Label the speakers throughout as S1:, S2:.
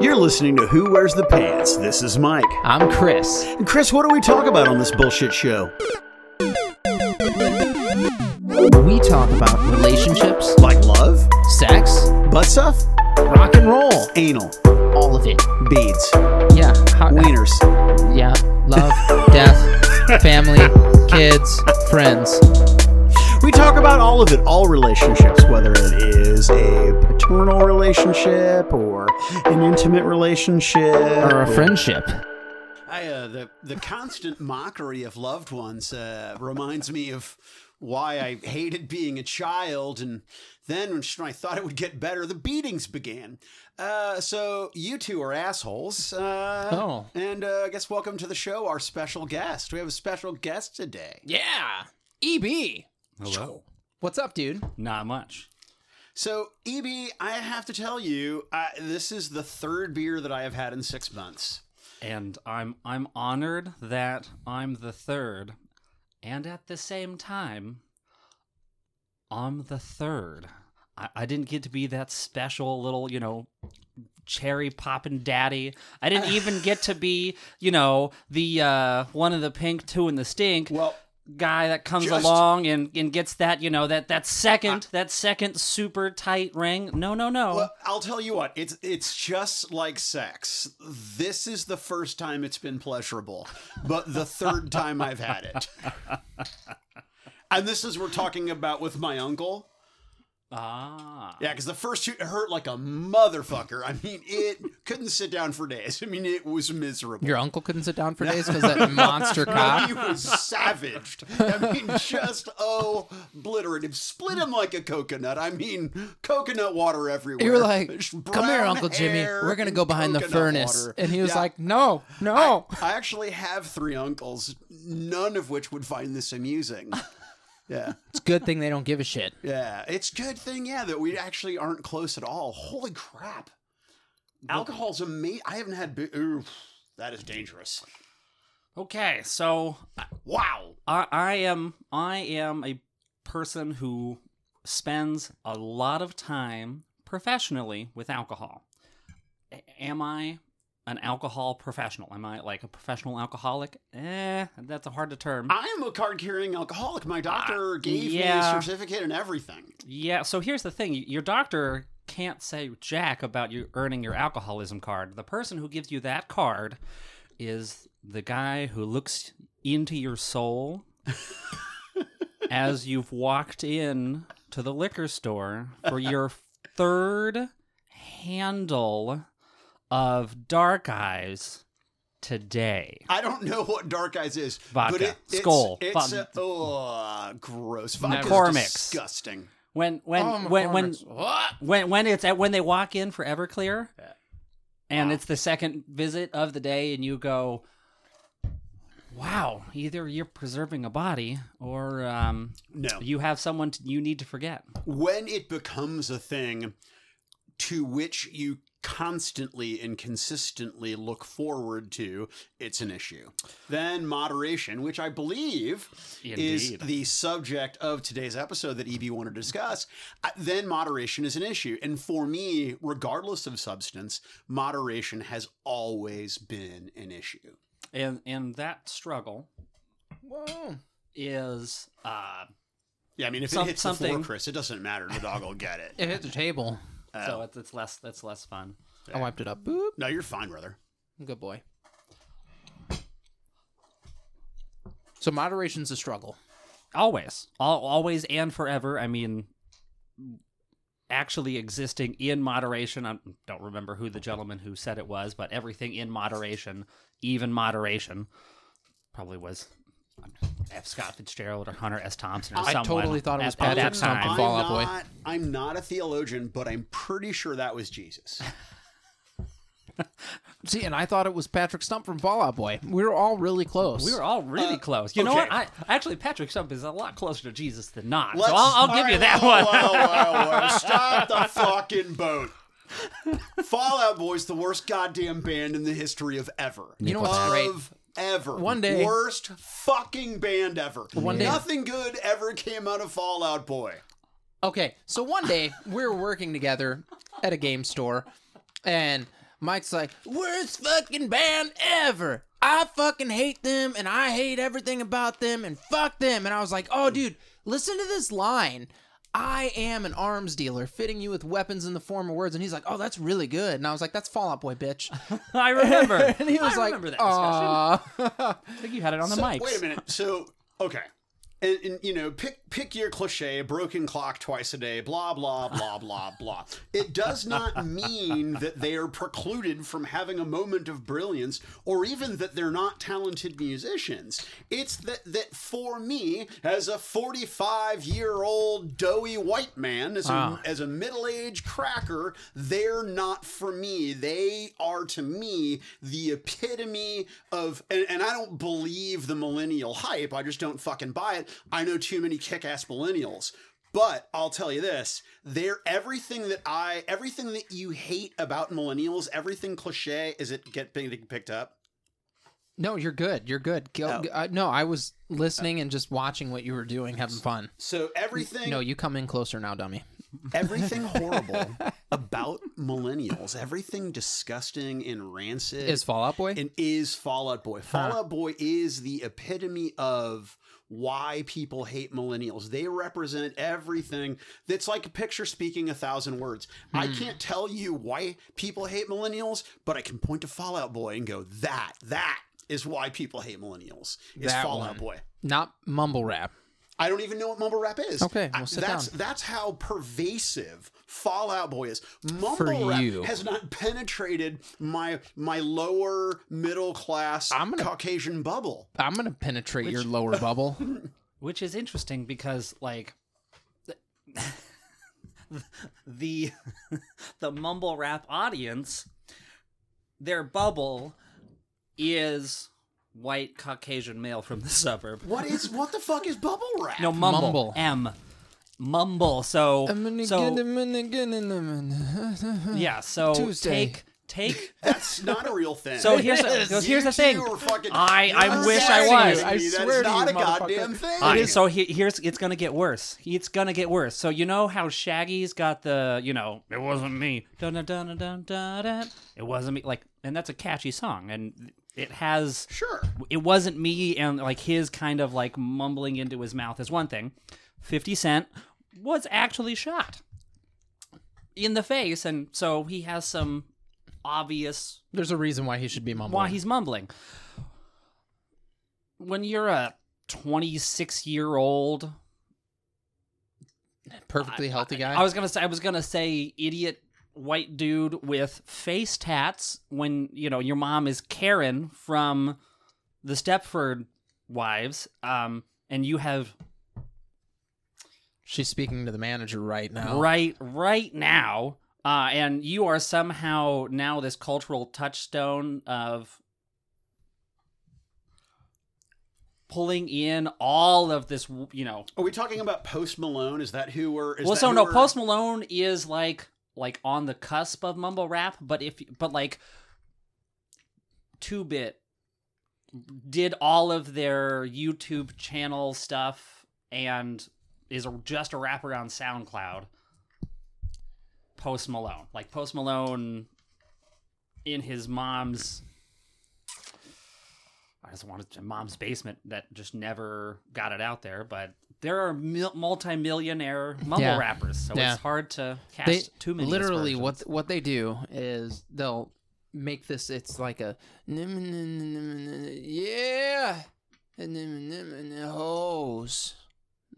S1: You're listening to Who Wears the Pants. This is Mike.
S2: I'm Chris.
S1: And Chris, what do we talk about on this bullshit show?
S2: We talk about relationships,
S1: Like love,
S2: sex,
S1: butt stuff,
S2: rock and roll,
S1: anal,
S2: all of it.
S1: beads,
S2: Yeah, hot,
S1: wieners.
S2: yeah, love, death, family, kids, friends.
S1: We talk about all of it, all relationships, whether it is a paternal relationship or an intimate relationship
S2: Or a friendship.
S1: I, uh, the the constant mockery of loved ones uh, reminds me of why I hated being a child, and then when I thought it would get better, the beatings began. Uh, so you two are assholes. Uh,
S2: Oh.
S1: and uh, I guess welcome to the show, our special guest. We have a special guest today.
S2: Yeah, EB.
S3: Hello.
S2: What's up, dude?
S3: Not much.
S1: So Eb, I have to tell you, uh, this is the third beer that I have had in six months.
S3: And I'm I'm honored that I'm the third, and at the same time, I'm the third. I, I didn't get to be that special little, you know, cherry poppin' daddy. I didn't even get to be, you know, the uh, one in the pink, two in the stink.
S1: Well,
S3: guy that comes
S1: Just-
S3: along and, and gets that you know that that second that second super tight ring no no no
S1: Well, I'll tell you what. It's it's just like sex. This is the first time it's been pleasurable, but the third time I've had it. And this is we're talking about with my uncle.
S3: ah
S1: Yeah, because the first shoot hurt like a motherfucker. I mean, it couldn't sit down for days. I mean, it was miserable.
S2: Your uncle couldn't sit down for days because that monster cock.
S1: He was savaged. I mean, just oh, obliterated. Split him like a coconut. I mean, coconut water everywhere.
S2: You were like, "Come here,
S1: Brown
S2: Uncle Jimmy.
S1: hair
S2: We're gonna
S1: and
S2: go behind the
S1: coconut
S2: furnace."
S1: water."
S2: And he was
S1: Yeah.
S2: like, "Oh." "No, no."
S1: I actually have three uncles, none of which would find this amusing. Yeah,
S2: it's a good thing they don't give a shit.
S1: yeah. It's good thing, yeah, that we actually aren't close at all. Holy crap! Alcohol's amazing. I haven't had. Bo- Ooh, that is dangerous.
S3: okay so
S1: Wow.
S3: I, I am I am a person who spends a lot of time professionally with alcohol. A- am I an alcohol professional? Am I like a professional alcoholic? Eh, that's a hard to term.
S1: I am a card-carrying alcoholic. My doctor gave
S3: Ah, yeah.
S1: me a certificate and everything.
S3: yeah, so here's the thing. Your doctor can't say jack about you earning your alcoholism card. The person who gives you that card is the guy who looks into your soul as you've walked in to the liquor store for your third handle of dark eyes today.
S1: I don't know what Dark Eyes is, but
S3: Vodka.
S1: it, it's,
S3: Skull.
S1: It's
S3: Vodka.
S1: a, oh, gross. Vodka's
S3: McCormick's.
S1: disgusting.
S3: When when
S2: Oh, my
S3: when when
S2: goodness. What?
S3: when when it's at, when they walk in for Everclear, and it's the second visit of the day, and you go, "Wow!" Either you're preserving a body, or um,
S1: No.
S3: you have someone t- you need to forget.
S1: when it becomes a thing to which you constantly and consistently look forward to, it's an issue. Then moderation, which I believe is
S3: Indeed.
S1: the subject of today's episode that EB wanted to discuss, uh, then moderation is an issue. And for me, regardless of substance, moderation has always been an issue.
S3: And and that struggle
S2: Whoa.
S3: is uh,
S1: Yeah, I mean, if
S3: Some-
S1: it hits the
S3: something-
S1: floor, Chris, it doesn't matter. The dog will get it.
S2: It hit the table.
S3: so it's, it's less that's less fun.
S2: I wiped it up. Boop.
S1: No, you're fine, brother.
S2: Good boy. So moderation's a struggle.
S3: always Al always and forever i mean actually existing in moderation i don't remember who the gentleman who said it was but everything in moderation even moderation probably was f scott fitzgerald or hunter s thompson or
S2: I
S3: someone
S2: totally thought it was
S3: at, at
S2: Patrick
S3: that time
S2: Stump. Fall Out Boy.
S1: Not, I'm not a theologian, but I'm pretty sure that was Jesus.
S2: See, and I thought it was Patrick Stump from Fallout Boy. We were all really close.
S3: we were all really
S1: Uh,
S3: close. You know what?
S1: okay.
S3: I actually Patrick Stump is a lot closer to Jesus than not.
S1: Let's-
S3: so I'll, I'll
S1: all
S3: give you
S1: right,
S3: that
S1: whoa,
S3: one.
S1: whoa, whoa, whoa. Stop the fucking boat. Fallout Boy's the worst goddamn band in the history of ever.
S2: You know what's great?
S1: of ever.
S2: One day-
S1: Worst fucking band ever.
S2: One day-
S1: Nothing good ever came out of Fallout Boy.
S2: Okay, so one day we were working together at a game store, and Mike's like, worst fucking band ever. I fucking hate them and I hate everything about them and fuck them. And I was like, oh, dude, listen to this line. I am an arms dealer, fitting you with weapons in the form of words. And he's like, oh, that's really good. And I was like, that's Fallout Boy, bitch.
S3: I remember.
S2: and he was
S3: I
S2: like,
S3: remember that discussion.
S2: "Aw."
S3: I think you had it on the mics.
S1: Wait a minute. So okay, and, and you know, pick pick your cliche: broken clock twice a day, blah blah blah blah blah. It does not mean that they are precluded from having a moment of brilliance, or even that they're not talented musicians. It's that that for me, as a forty-five year old doughy white man, as
S3: Ah.
S2: Wow.
S1: a as a middle aged cracker, they're not for me. They are to me the epitome of, and, and I don't believe the millennial hype. I just don't fucking buy it. I know too many kick ass millennials. But I'll tell you this, they're everything that I, everything that you hate about millennials, everything cliche, is it get being picked up?
S2: no, you're good. You're good. Go,
S1: Oh.
S2: uh, no, I was listening
S3: Uh,
S2: and just watching what you were doing, having fun.
S1: So everything,
S2: No, you come in closer now, dummy.
S1: everything horrible about millennials, everything disgusting and rancid
S2: Is Fallout Boy?
S1: and is Fall Out Boy. Fall Out Boy is the epitome of why people hate millennials. They represent everything that's like a picture speaking a thousand words. I
S2: Hmm.
S1: can't tell you why people hate millennials, but I can point to Fall Out Boy and go, that, that is why people hate millennials. Is
S2: That
S1: Fall Out
S2: one.
S1: Boy.
S2: Not mumble rap.
S1: I don't even know what mumble rap is.
S2: Okay, well,
S1: I-
S2: sit
S1: that's
S2: down.
S1: that's how pervasive Fallout Boy is. Mumble
S2: For
S1: rap
S2: you.
S1: has not penetrated my my lower middle class
S2: I'm gonna-
S1: Caucasian bubble.
S2: I'm gonna penetrate your lower bubble.
S3: which is interesting because like the the mumble rap audience their bubble is white caucasian male from the suburb
S1: What is what the fuck is bubble wrap?
S3: no mumble,
S2: Mumble.
S3: m mumble so so yeah so
S2: Tuesday.
S3: take take
S1: that's not a real thing.
S3: so here's the-
S2: Yes.
S3: goes, here's the
S1: You
S3: thing
S1: two are fucking-
S3: I- I
S1: You're
S3: wish I
S1: lying
S3: was.
S1: to
S2: I
S1: me. That's
S2: swear to
S1: not
S2: you,
S1: a goddamn
S2: motherfucker.
S1: thing.
S3: All right, so he- here's it's gonna get worse. It's gonna get worse. So you know how Shaggy's got the you know it wasn't me. Dun dun dun dun dun dun. dun. It wasn't me. Like, and that's a catchy song, and it has
S1: sure.
S3: it wasn't me and like his kind of like mumbling into his mouth is one thing. 50 Cent was actually shot in the face and so he has some obvious
S2: There's a reason why he should be mumbling.
S3: why he's mumbling. When you're a 26 year old,
S2: perfectly healthy guy.
S3: I was gonna say I was gonna say idiot white dude with face tats when you know your mom is Karen from the Stepford Wives, um, and you have
S2: She's speaking to the manager right now.
S3: right right now uh, and you are somehow now this cultural touchstone of pulling in all of this you know
S1: Are we talking about Post Malone? Is that who we're? Is
S3: well
S1: that
S3: so
S1: who
S3: no
S1: we're-
S3: post malone is like like on the cusp of mumble rap but if but like 2-bit did all of their youtube channel stuff and is a- just a rapper on soundcloud post malone like post malone in his mom's I just wanted to mom's basement that just never got it out there, but there are mil- multi-millionaire mumble
S2: Yeah.
S3: rappers, so
S2: Yeah.
S3: it's hard to cast
S2: They
S3: too many.
S2: literally
S3: aspersions.
S2: what what they do is they'll make this. It's like a yeah, hose.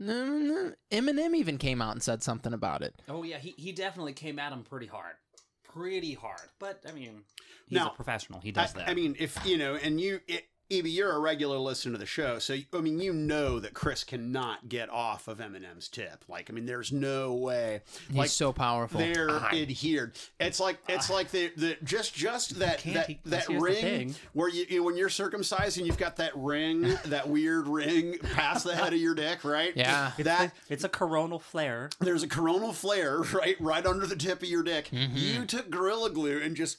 S2: Eminem even came out and said something about it.
S3: Oh yeah, he, he definitely came at him pretty hard, pretty hard. But I mean, he's
S1: Now,
S3: a professional. He
S1: I,
S3: does that.
S1: I mean, if you know, and you, it, Evie, you're a regular listener to the show, so I mean, you know that Chris cannot get off of Eminem's tip. Like, I mean, there's no way.
S2: He's
S1: like,
S2: so powerful.
S1: they're adhered. It's like it's like the, the just just that
S3: can't
S1: that,
S3: he- 'cause
S1: that
S3: here's the
S1: ring
S3: thing.
S1: where you, you when you're circumcised and you've got that ring that weird ring past the head of your dick, right?
S2: Yeah.
S1: that
S3: it's a coronal flare.
S1: there's a coronal flare right right under the tip of your dick. You took gorilla glue and just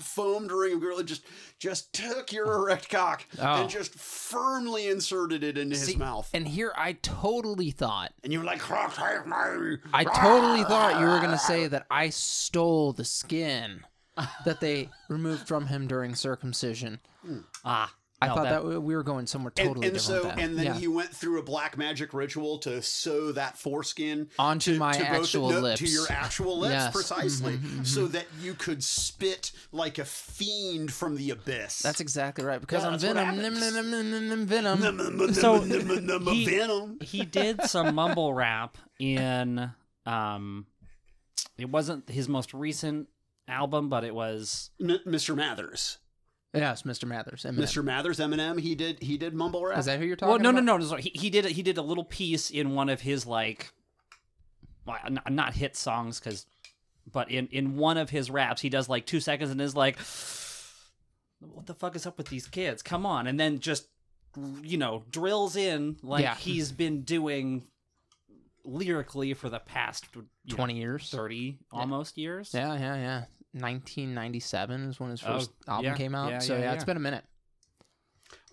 S1: foamed ring of gorilla just just took your erect cock
S2: Oh.
S1: and just firmly inserted it into his
S2: See,
S1: mouth. And,
S2: And here I totally thought
S1: you were like, "Croc, take me."
S2: I totally thought you were gonna say that I stole the skin that they removed from him during circumcision.
S3: Ah,
S2: I
S3: no,
S2: thought that, we were going somewhere
S1: And,
S2: totally
S1: and
S2: different.
S1: so,
S2: with that.
S1: and then
S2: yeah.
S1: he went through a black magic ritual to sew that foreskin
S2: Onto my
S1: both the-
S2: actual
S1: no,
S2: lips.
S1: to your actual lips,
S2: Yes.
S1: precisely, so that you could spit like a fiend from the abyss.
S2: That's exactly right because
S1: Yeah,
S2: I'm
S1: that's what
S2: venom.
S1: happens.
S2: Nim, nim, nim, nim, nim, venom.
S1: so
S3: So, he-
S1: venom.
S3: he did some mumble rap in um it wasn't his most recent album but it was
S1: M- Mr. Mathers,
S2: Yes, Mr. Mathers. Eminem.
S1: Mr. Mathers, Eminem. He did he did mumble rap.
S2: Is that who you're talking
S3: well no no
S2: about?
S3: no, no sorry. he, he did he did a little piece in one of his like well, n- not hit songs because but in in one of his raps he does like two seconds and is like what the fuck is up with these kids come on and then just you know drills in like
S2: Yeah.
S3: he's been doing lyrically for the past you know,
S2: 20 years.
S3: 30 almost years
S2: Yeah, yeah, yeah. 1997 is when his
S3: Oh,
S2: first album
S3: yeah,
S2: came out.
S3: yeah,
S2: so yeah,
S3: yeah,
S2: it's
S3: yeah.
S2: been a minute.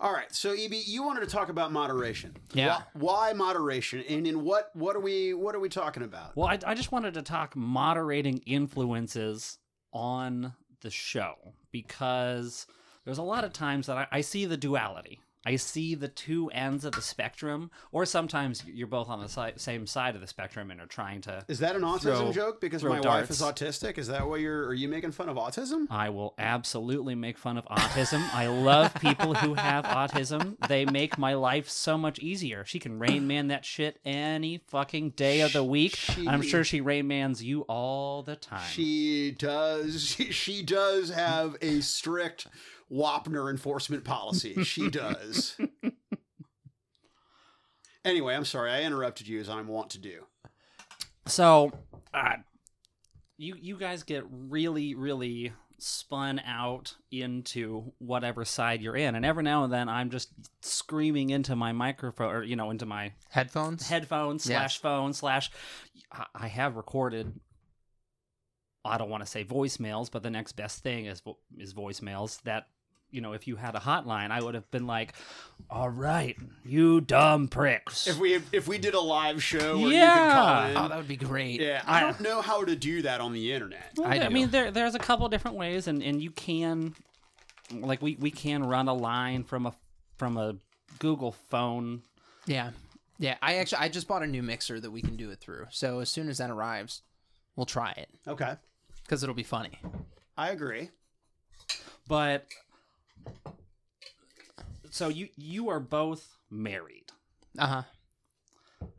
S1: All right. So, Eb, you wanted to talk about moderation.
S2: Yeah.
S1: Why, why moderation, and in what what are we what are we talking about?
S3: Well, I, I just wanted to talk moderating influences on the show because there's a lot of times that I, I see the duality. I see the two ends of the spectrum, or sometimes you're both on the si- same side of the spectrum and are trying to.
S1: Is that an autism
S3: Throw-
S1: joke? Because
S3: throw
S1: my wife
S3: darts.
S1: is autistic. Is that why you're? Are you making fun of autism?
S3: I will absolutely make fun of autism. I love people who have autism. They make my life so much easier. She can rain man that shit any fucking day of the week.
S1: She-
S3: I'm sure she rain mans you all the time.
S1: She does. She, she does have a strict Wapner enforcement policy. She does. anyway, I'm sorry I interrupted you as I want to do.
S3: So, uh, you you guys get really really spun out into whatever side you're in, and every now and then I'm just screaming into my microphone or you know into my
S2: Headphones?
S3: headphone
S2: Yeah.
S3: slash phone slash. I- I have recorded. I don't want to say voicemails, but the next best thing is vo- is voicemails that. You know, if you had a hotline, I would have been like, "All right, you dumb pricks."
S1: If we if we did a live show, where
S3: Yeah.
S1: you could
S2: oh,
S1: call in,
S2: that would be great.
S1: yeah, I don't know how to do that on the internet.
S3: Well,
S2: I
S3: there-
S2: do.
S3: mean, there there's a couple different ways, and and you can, like, we we can run a line from a from a Google phone.
S2: Yeah. Yeah, I actually I just bought a new mixer that we can do it through. So as soon as that arrives, we'll try it
S1: Okay,
S2: cuz it'll be funny.
S1: I agree.
S3: But so you you are both married,
S2: Uh-huh.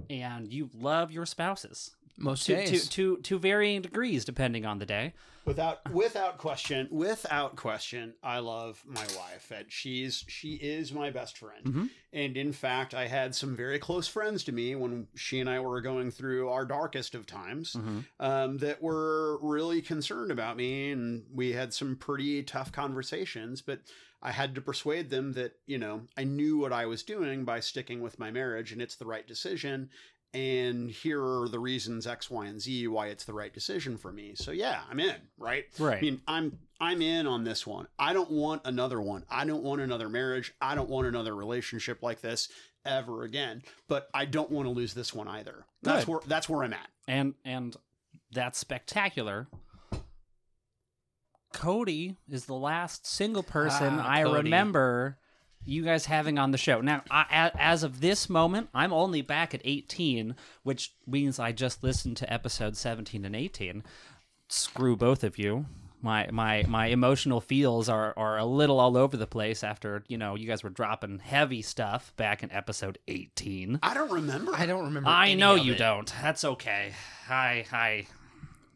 S3: and you love your spouses
S2: Most
S3: to
S2: days.
S3: to to, to varying degrees depending on the day.
S1: Without without question, without question, I love my wife. And she's she is my best friend.
S3: Mhm.
S1: And in fact, I had some very close friends to me when she and I were going through our darkest of times um, that were really concerned about me, and we had some pretty tough conversations. But I had to persuade them that you know I knew what I was doing by sticking with my marriage, and it's the right decision. And here are the reasons X, Y, and Z why it's the right decision for me. So yeah, I'm in. Right.
S3: Right.
S1: I mean, I'm I'm in on this one. I don't want another one. I don't want another marriage. I don't want another relationship like this ever again. But I don't want to lose this one either. That's
S3: Good.
S1: where that's where I'm at.
S3: and and that's spectacular. Cody is the last single person
S2: Ah,
S3: I
S2: Cody.
S3: remember you guys having on the show. Now, I, a- as of this moment, I'm only back at 18, which means I just listened to episode 17 and 18. Screw both of you. My my my emotional feels are are a little all over the place after, you know, you guys were dropping heavy stuff back in episode 18.
S1: I don't remember.
S2: I don't remember.
S3: I
S2: any
S3: know
S2: of
S3: you
S2: it.
S3: don't. That's okay. Hi, hi.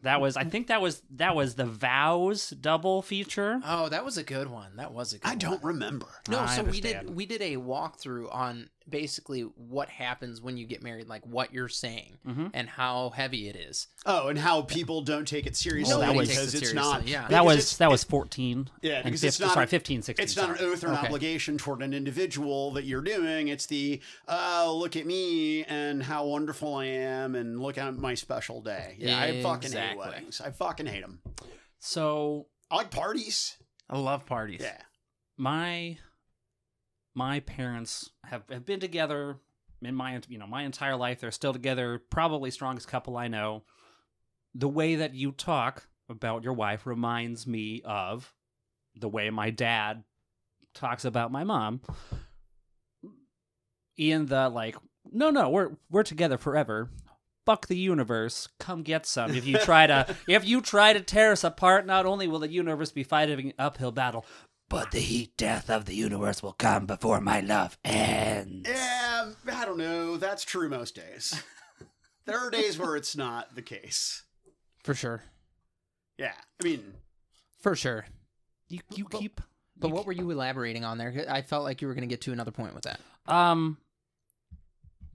S3: That was. I think that was that was the vows double feature.
S1: Uh,
S2: Oh, that was a good one. That was a good
S1: I don't remember.
S2: No,
S3: I
S2: so
S3: understand.
S2: we did we did a walkthrough on basically what happens when you get married, like what you're saying
S3: Mhm.
S2: and how heavy it is.
S1: Oh, and how people don't take it seriously
S3: that was-
S1: because
S2: takes it
S1: it's not.
S2: seriously, yeah.
S3: that
S1: because
S3: was
S1: it's-
S3: that was fourteen.
S1: Yeah,
S3: and
S1: because it's
S3: 15
S1: not-
S3: sorry, 15, 16.
S1: It's not an
S3: sorry.
S1: oath or an
S2: Okay.
S1: obligation toward an individual that you're doing. It's the oh, look at me and how wonderful I am, and look at my special day. Yeah, I fucking hate
S2: Exactly.
S1: weddings. I fucking hate them.
S3: So
S1: I like parties.
S2: I love parties.
S1: Yeah,
S3: my my parents have, have been together in my you know my entire life they're still together probably strongest couple i know the way that you talk about your wife reminds me of the way my dad talks about my mom in the like no no we're we're together forever fuck the universe come get some if you try to if you try to tear us apart not only will the universe be fighting an uphill battle but the heat death of the universe will come before my love ends
S1: Yeah, I don't know. That's true most days. there are days where it's not the case.
S2: for sure,
S1: Yeah, I mean,
S2: for sure.
S3: you you keep
S2: But what were you elaborating on there? I felt like you were going to get to another point with that.
S3: um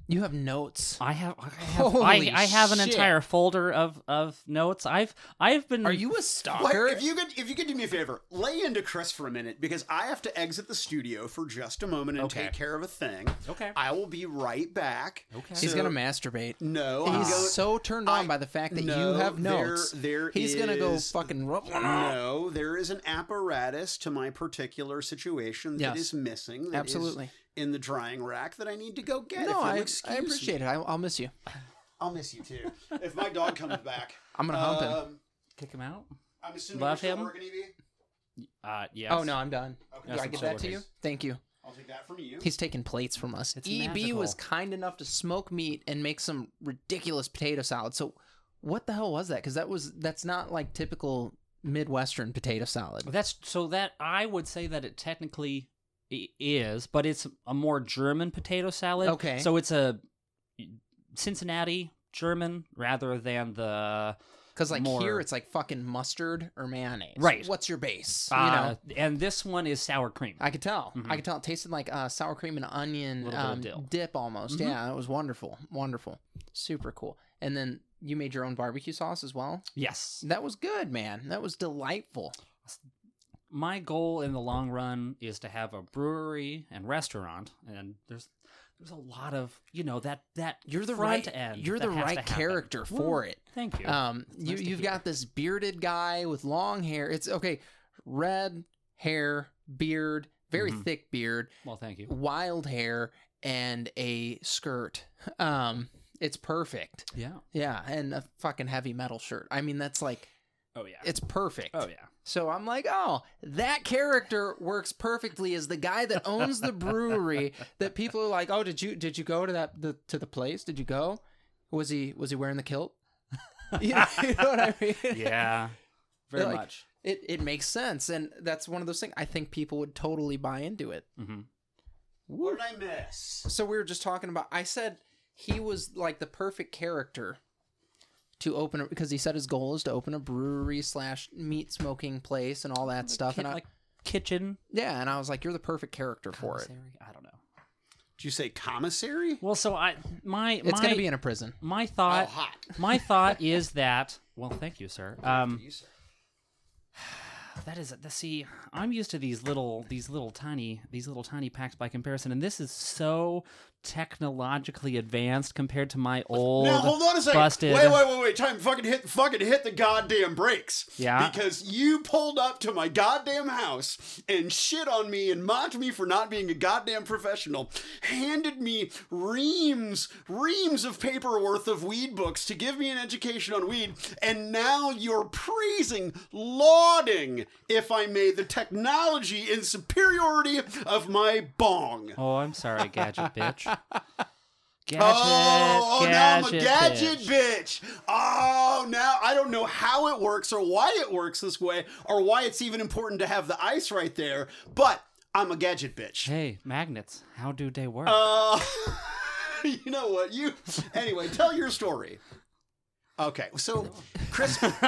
S2: You have notes.
S3: I have I have,
S2: Holy
S3: I, I have an
S2: shit.
S3: entire folder of of notes. I've I've been
S2: Are you
S1: Wait,
S2: a stalker?
S1: if you could, if you could do me a favor, lay into Chris for a minute because I have to exit the studio for just a moment and
S3: Okay.
S1: take care of a thing.
S3: okay?
S1: I will be right back.
S3: Okay.
S2: He's
S1: So-
S2: gonna masturbate.
S1: No, I'm
S2: He's
S1: going-
S2: so turned on
S1: I-
S2: by the fact that
S1: no,
S2: you have
S1: there-
S2: notes.
S1: there
S2: He's gonna go
S1: is-
S2: fucking. Ru-
S1: No, there is an apparatus to my particular situation that is
S2: Yes.
S1: missing. that is
S2: Absolutely.
S1: in the drying rack that I need to go get. if
S2: No, I,
S1: you'll
S2: I
S1: excuse
S2: appreciate
S1: me.
S2: it. I, I'll miss you.
S1: I'll miss you too. if my dog comes back,
S2: I'm gonna hump him.
S1: Um,
S3: Kick him out.
S1: I'm assuming
S3: Love
S1: you're
S3: him.
S1: still working, Evie?
S3: Uh, yes.
S2: Oh no, I'm done.
S1: Okay.
S2: Do
S3: Yes,
S2: I
S3: I'm
S2: get
S3: still
S2: that to you?
S3: working.
S2: Thank you.
S1: I'll take that from you.
S2: He's taking plates from us.
S3: It's
S2: EB
S3: magical.
S2: E was kind enough to smoke meat and make some ridiculous potato salad. So, what the hell was that? Because that was that's not like typical Midwestern potato salad.
S3: That's so that I would say that it technically i- is, but it's a more German potato salad.
S2: Okay.
S3: So it's a Cincinnati German rather than the
S2: Because like
S3: More-
S2: here, it's like fucking mustard or mayonnaise.
S3: Right.
S2: What's your base? you
S3: uh,
S2: know.
S3: and this one is sour cream.
S2: I could tell.
S3: Mhm.
S2: I could tell. It tasted like uh, sour cream and onion
S3: Little bit of
S2: um,
S3: dill. Mm-hmm.
S2: dip almost. Yeah, it was wonderful. Wonderful. Super cool. And then you made your own barbecue sauce as well.
S3: yes.
S2: That was good, man. That was delightful.
S3: my goal in the long run is to have a brewery and restaurant and there's there's a lot of you know that that
S2: You're the
S3: front
S2: right-
S3: end
S2: you're
S3: that
S2: the
S3: has to
S2: right
S3: happen.
S2: character for
S3: Ooh,
S2: it.
S3: thank you
S2: Um, you
S3: nice to
S2: you've
S3: hear.
S2: got this bearded guy with long hair. It's okay, red hair, beard, very
S3: Mhm.
S2: thick beard,
S3: well thank you
S2: wild hair, and a skirt. Um, it's perfect.
S3: yeah
S2: Yeah, and a fucking heavy metal shirt. I mean, that's like
S3: oh yeah
S2: it's perfect.
S3: oh yeah
S2: So I'm like, oh, that character works perfectly as the guy that owns the brewery. that people are like, oh, did you did you go to that the, to the place? Did you go? Was he was he wearing the kilt? you, know, you know what I mean?
S3: yeah very
S2: Like-
S3: much
S2: It it makes sense, and that's one of those things. I think people would totally buy into it.
S3: hmm
S1: what did I miss?
S2: So we were just talking about. I said he was like the perfect character to open a, because he said his goal is to open a brewery slash meat smoking place and all that stuff.
S3: Kit-
S2: And I,
S3: like kitchen
S2: yeah, and I was like, you're the perfect character for it.
S3: commissary? i don't know
S1: Did you say commissary?
S3: well so i my
S2: It's
S3: my
S2: gonna be in a prison.
S3: my
S1: Oh,
S3: thought
S1: hot.
S3: my thought is that well thank you sir um That is the see. I'm used to these little, these little tiny, these little tiny packs by comparison, and this is so technologically advanced compared to my old.
S1: Now hold on a second.
S3: Busted.
S1: Wait, wait, wait, wait. Time fucking hit fucking hit the goddamn brakes.
S3: Yeah.
S1: Because you pulled up to my goddamn house and shit on me and mocked me for not being a goddamn professional. Handed me reams, reams of paper worth of weed books to give me an education on weed, and now you're praising, lauding, if I may, the technology and superiority of my bong.
S3: Oh, I'm sorry, gadget bitch. Gadget,
S1: Oh, oh, now I'm a
S3: gadget,
S1: gadget
S3: bitch.
S1: bitch. Oh, now I don't know how it works or why it works this way or why it's even important to have the ice right there, but I'm a gadget bitch.
S3: Hey, magnets, how do they work?
S1: Uh, you know what? You anyway, tell your story. Okay, so Chris, Chris,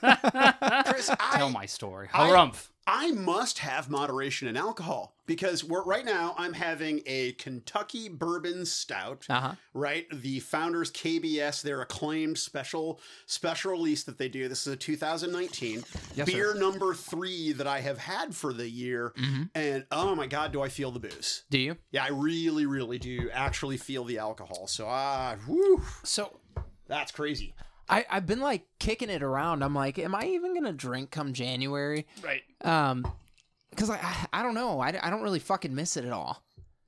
S1: I
S3: Tell my story.
S1: I-
S3: Harumph.
S1: I must have moderation in alcohol because we're, right now I'm having a Kentucky bourbon stout.
S3: Ah.
S2: Uh huh.
S1: right? The founders KBS, their acclaimed special special release that they do. This is a 2019
S2: Yes, sir.
S1: beer number three that I have had for the year,
S3: Mm-hmm.
S1: and oh my god, do I feel the booze?
S2: Do you?
S1: Yeah, I really, really do actually feel the alcohol. So ah, woo,
S2: So
S1: that's crazy.
S2: I I've been like kicking it around. I'm like, am I even gonna drink come January?
S3: Right.
S2: Um, because I, I I don't know. I, I don't really fucking miss it at all.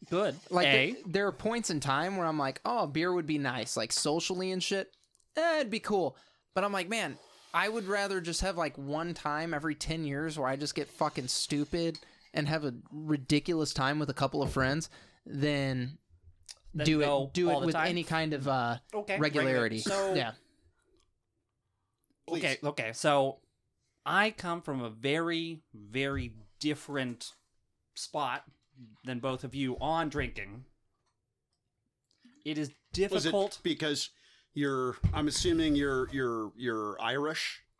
S3: Good.
S2: Like
S3: A.
S2: th- there are points in time where I'm like, oh, beer would be nice, like socially and shit. Eh, it'd be cool. But I'm like, man, I would rather just have like one time every 10 years where I just get fucking stupid and have a ridiculous time with a couple of friends than
S3: Then
S2: do
S3: go
S2: it do
S3: all
S2: it
S3: the
S2: with
S3: time?
S2: any kind of uh
S3: Okay,
S2: regularity.
S3: regular- so-
S2: yeah.
S1: Please.
S3: Okay, okay. So I come from a very, very different spot than both of you on drinking. It is
S1: Was it
S3: difficult.
S1: because you're? I'm assuming you're you're you're Irish.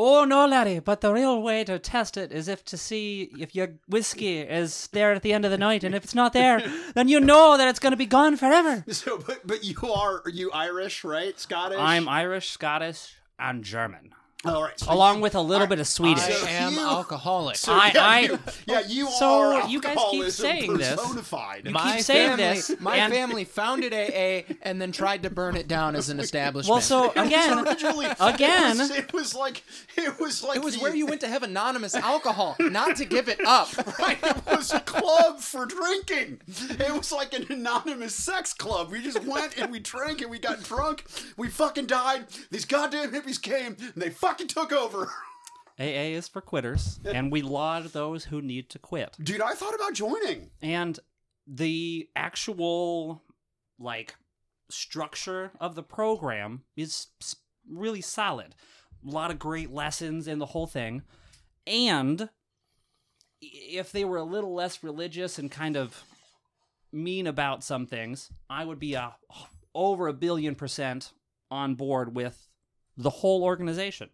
S3: Oh no, laddie! But the real way to test it is if to see if your whiskey is there at the end of the night, and if it's not there, then you know that it's going to be gone forever.
S1: So, but but you are are you Irish, right? Scottish.
S3: I'm Irish, Scottish, and German,
S1: All right. So
S3: along with a little bit of Swedish.
S2: I am
S1: you-
S2: alcoholic.
S1: So,
S3: I-
S1: yeah,
S3: I-
S1: you, yeah, you
S3: So
S1: are.
S3: you guys keep
S1: alcoholism
S3: saying this.
S1: personified.
S2: my
S3: keep saying
S2: family,
S3: this,
S2: My
S3: and-
S2: family founded AA and then tried to burn it down as an establishment.
S3: well, so again,
S1: Originally,
S3: Again.
S1: it was, it was like it was like
S2: it was
S1: the-
S2: where you went to have anonymous alcohol, not to give it up.
S1: Right, it was a club for drinking. It was like an anonymous sex club. We just went and we drank and we got drunk. We fucking died. These goddamn hippies came and they fucking took over.
S3: AA is for quitters, and we laud those who need to quit.
S1: Dude, I thought about joining.
S3: and the actual like structure of the program is s- really solid a lot of great lessons in the whole thing and i- if they were a little less religious and kind of mean about some things i would be a over a billion percent on board with the whole organization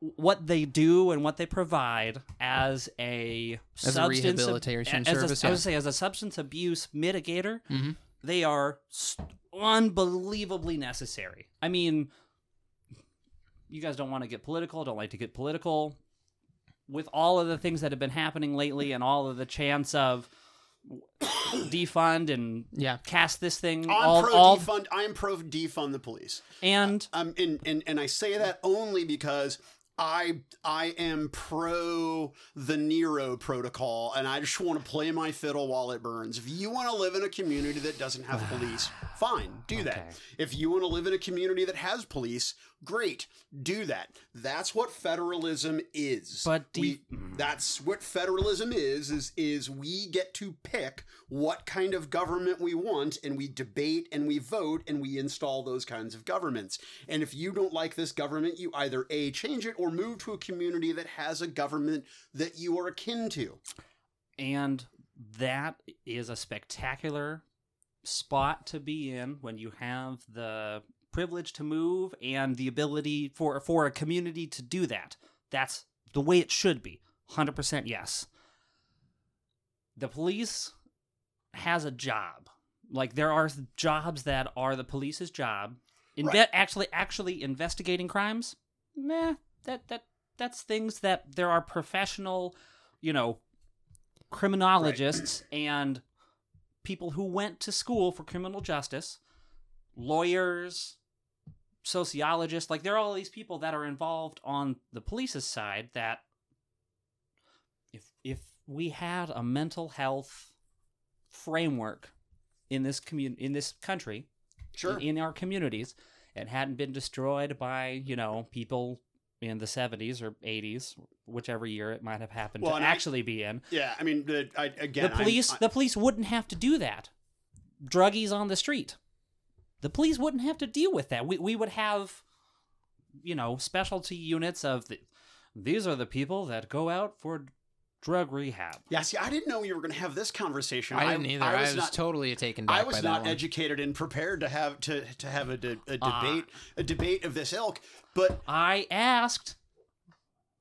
S3: what they do and what they provide as a
S2: a
S3: substance ab-
S2: rehabilitation
S3: as a-
S2: service,
S3: I
S2: yeah. Mm-hmm.
S3: would say as a substance abuse mitigator, they are s unbelievably necessary. I mean, you guys don't want to get political, don't like to get political. With all of the things that have been happening lately and all of the chance of defund and
S2: Yeah.
S3: cast this thing
S1: I'm
S3: all,
S1: pro
S3: all
S1: defund. I am pro defund the police.
S3: and
S1: Um, and, and and I say that only because I I am pro the Nero protocol, and I just want to play my fiddle while it burns. If you want to live in a community that doesn't have police, fine, do
S3: Okay.
S1: that. If you want to live in a community that has police, great, do that. That's what federalism is.
S3: But do
S1: we, that's what federalism is is is we get to pick what kind of government we want and we debate and we vote and we install those kinds of governments and if you don't like this government you either a change it or move to a community that has a government that you are akin to
S3: and that is a spectacular spot to be in when you have the privilege to move and the ability for for a community to do that that's the way it should be 100% yes the police has a job like there are jobs that are the police's job Inve-
S1: Right.
S3: actually actually investigating crimes meh that that that's things that there are professional you know criminologists and people who went to school for criminal justice, lawyers, sociologists, like there are all these people that are involved on the police's side that if if we had a mental health framework in this commun- in this country,
S1: sure
S3: in our communities it hadn't been destroyed by you know people in the 70s or 80s whichever year it might have happened
S1: Well,
S3: to
S1: and I-
S3: actually be in
S1: yeah i mean the, I, again
S3: the police
S1: I'm,
S3: the police wouldn't have to do that druggies on the street the police wouldn't have to deal with that we, we would have you know specialty units of the, these are the people that go out for drug rehab
S1: yeah see i didn't know you were going to have this conversation
S2: I didn't either. I was,
S1: not-
S2: totally taken back
S1: I
S2: by
S1: was
S2: that
S1: not
S2: one.
S1: educated and prepared to have to, to have a, de- a
S3: Ah.
S1: debate a debate of this ilk, but
S3: i asked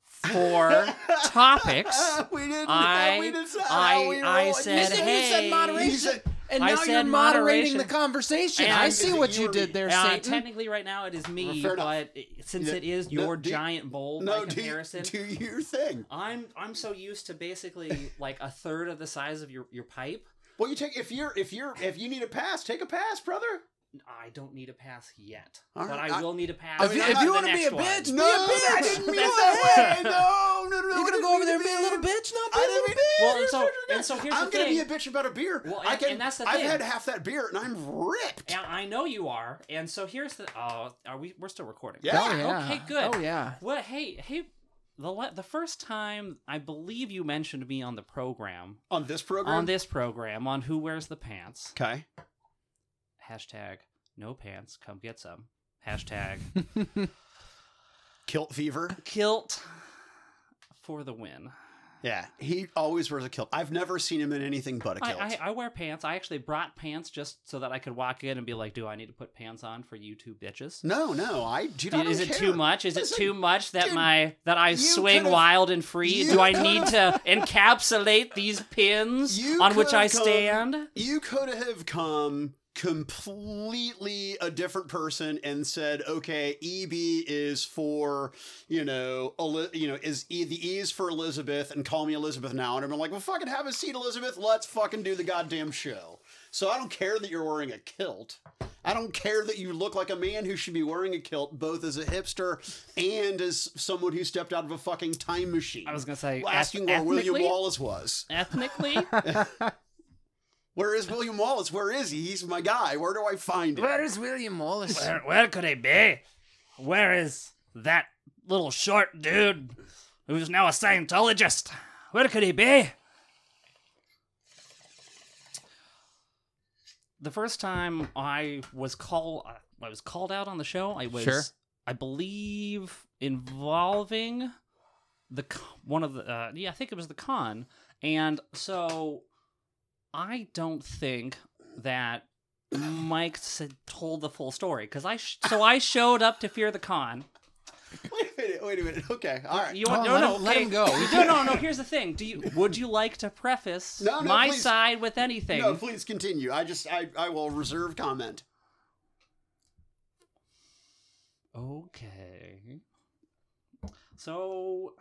S3: for topics
S1: Uh, we didn't.
S3: I-
S1: we didn't say
S3: I-
S1: how we
S3: I
S1: roll.
S3: said,
S2: Listen, you
S3: Hey.
S2: said
S1: You
S2: moderation,
S1: said-
S2: and
S3: I
S2: now you're
S3: said
S2: moderating
S3: moderation.
S2: the conversation.
S3: And
S2: I
S3: I'm-
S2: see what you
S1: you
S2: did there,
S3: Uh,
S2: Satan.
S3: technically, right now it is me,
S1: Fair enough.
S3: but it- since
S1: Yeah,
S3: it is
S1: no,
S3: your
S1: do-
S3: giant bowl by
S1: No, do, you-
S3: comparison,
S1: do your thing.
S3: I'm I'm so used to basically like a third of the size of your your pipe.
S1: Well, you take if you're if you're if you need a pass, take a pass, brother.
S3: I don't need a pass yet,
S1: All
S3: but
S1: right,
S3: I,
S1: I-
S3: will need a pass.
S1: I mean,
S3: for
S1: if
S3: the
S1: you
S2: wanna be
S3: next
S2: a
S3: one.
S2: bitch,
S1: No,
S2: Be a bitch!
S1: I didn't mean it
S2: Go
S1: that way. No, no, no.
S2: You
S1: I
S2: gonna
S1: didn't
S2: go over
S1: mean
S2: there and
S1: to
S2: be a little bitch? No,
S1: I
S2: be a
S1: didn't
S2: little
S1: mean-
S3: Well, and so and so here's
S1: I'm
S3: the
S1: gonna
S3: thing.
S1: be a bitch about a beer.
S3: Well,
S1: I
S3: and-
S1: can.
S3: and that's the
S1: I've
S3: thing.
S1: had half that beer and I'm ripped.
S3: Yeah, I know you are. And so here's the. Oh, are we? We're still recording.
S1: Yeah.
S2: Oh, yeah.
S3: Okay, good.
S2: Oh, yeah.
S3: Well, hey, hey. The la- the first time I believe you mentioned me on the program,
S1: On this program.
S3: on this program, on Who Wears the Pants.
S1: Okay.
S3: Hashtag No Pants. Come get some. Hashtag
S1: Kilt fever.
S3: Kilt for the win.
S1: Yeah. He always wears a kilt. I've never seen him in anything but a
S3: I,
S1: kilt.
S3: I, I wear pants. I actually brought pants just so that I could walk in and be like, "Do I need to put pants on for you two bitches?"
S1: no, no. I. Dude, I don't
S3: is it
S1: care.
S3: too much? Is
S1: Listen,
S3: it too much that
S1: dude,
S3: my that I
S1: you
S3: swing
S1: could've-
S3: wild and free?
S1: you
S3: Do I need to encapsulate these pins
S1: You
S3: on which I
S1: could've come-
S3: stand?
S1: You could have come completely a different person and said, "Okay, EB is for you know, Eli- you know, is e- the E is for Elizabeth, and call me Elizabeth now." And I'm like, "Well, fucking have a seat, Elizabeth. Let's fucking do the goddamn show." So I don't care that you're wearing a kilt. I don't care that you look like a man who should be wearing a kilt, both as a hipster and as someone who stepped out of a fucking time machine.
S3: I was gonna say
S1: asking where
S3: eth-
S1: William
S3: ethnically?
S1: Wallace was.
S3: Ethnically,
S1: Where is William Wallace? Where is he? He's my guy. Where do I find him?
S2: Where is William Wallace?
S3: where, where could he be? Where is that little short dude who's now a Scientologist? Where could he be? The first time I was call I was called out on the show, I was
S2: Sure.
S3: I believe involving the c- one of the uh, yeah, I think it was the con. And so I don't think that Mike said, told the full story because I sh- so I showed up to fear the con.
S1: Wait a minute. Wait a minute. Okay. All right.
S3: You want,
S2: Oh,
S3: no,
S2: let
S3: no,
S2: him- let
S3: okay.
S2: him go. We
S3: No, no, no. Here's the thing. Do you would you like to preface
S1: No, no,
S3: my
S1: please.
S3: side with anything?
S1: No, please continue. I just I I will reserve comment.
S3: okay. So,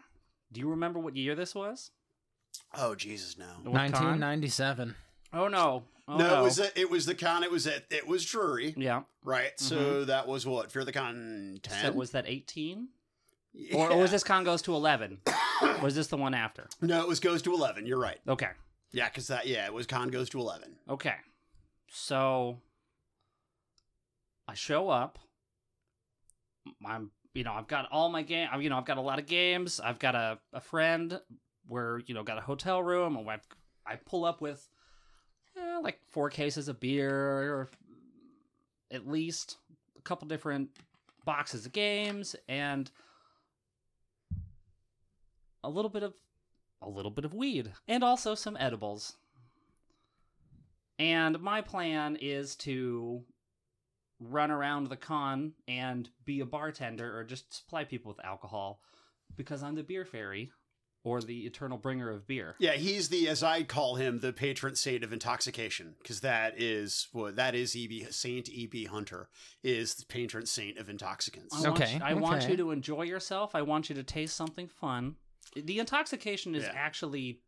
S3: do you remember what year this was?
S1: Oh Jesus, no.
S3: What con?
S2: 1997.
S3: Oh no. Oh,
S1: no, it was a, it was the con. It was at it was Drury,
S3: yeah.
S1: right? So that was what Fear the Con ten.
S3: Mm-hmm. So was that 18? Or, or was this con goes to 11? was this the one after?
S1: No, it was goes to eleven. You're right.
S3: Okay.
S1: Yeah, because that yeah, it was con goes to eleven.
S3: Okay. So I show up. I'm you know, I've got all my game you know, I've got a lot of games. I've got a, a friend where, you know, got a hotel room and I I pull up with eh, like four cases of beer or at least a couple different boxes of games and a little bit of a little bit of weed and also some edibles. And my plan is to run around the con and be a bartender or just supply people with alcohol because I'm the beer fairy or the eternal bringer of beer.
S1: Yeah, he's the as I call him the patron saint of intoxication because that is what that is. Eb Saint Eb Hunter is the patron saint of intoxicants.
S3: I want
S2: Okay,
S3: you- I want
S2: okay.
S3: you to enjoy yourself. I want you to taste something fun. The intoxication is
S1: Yeah.
S3: actually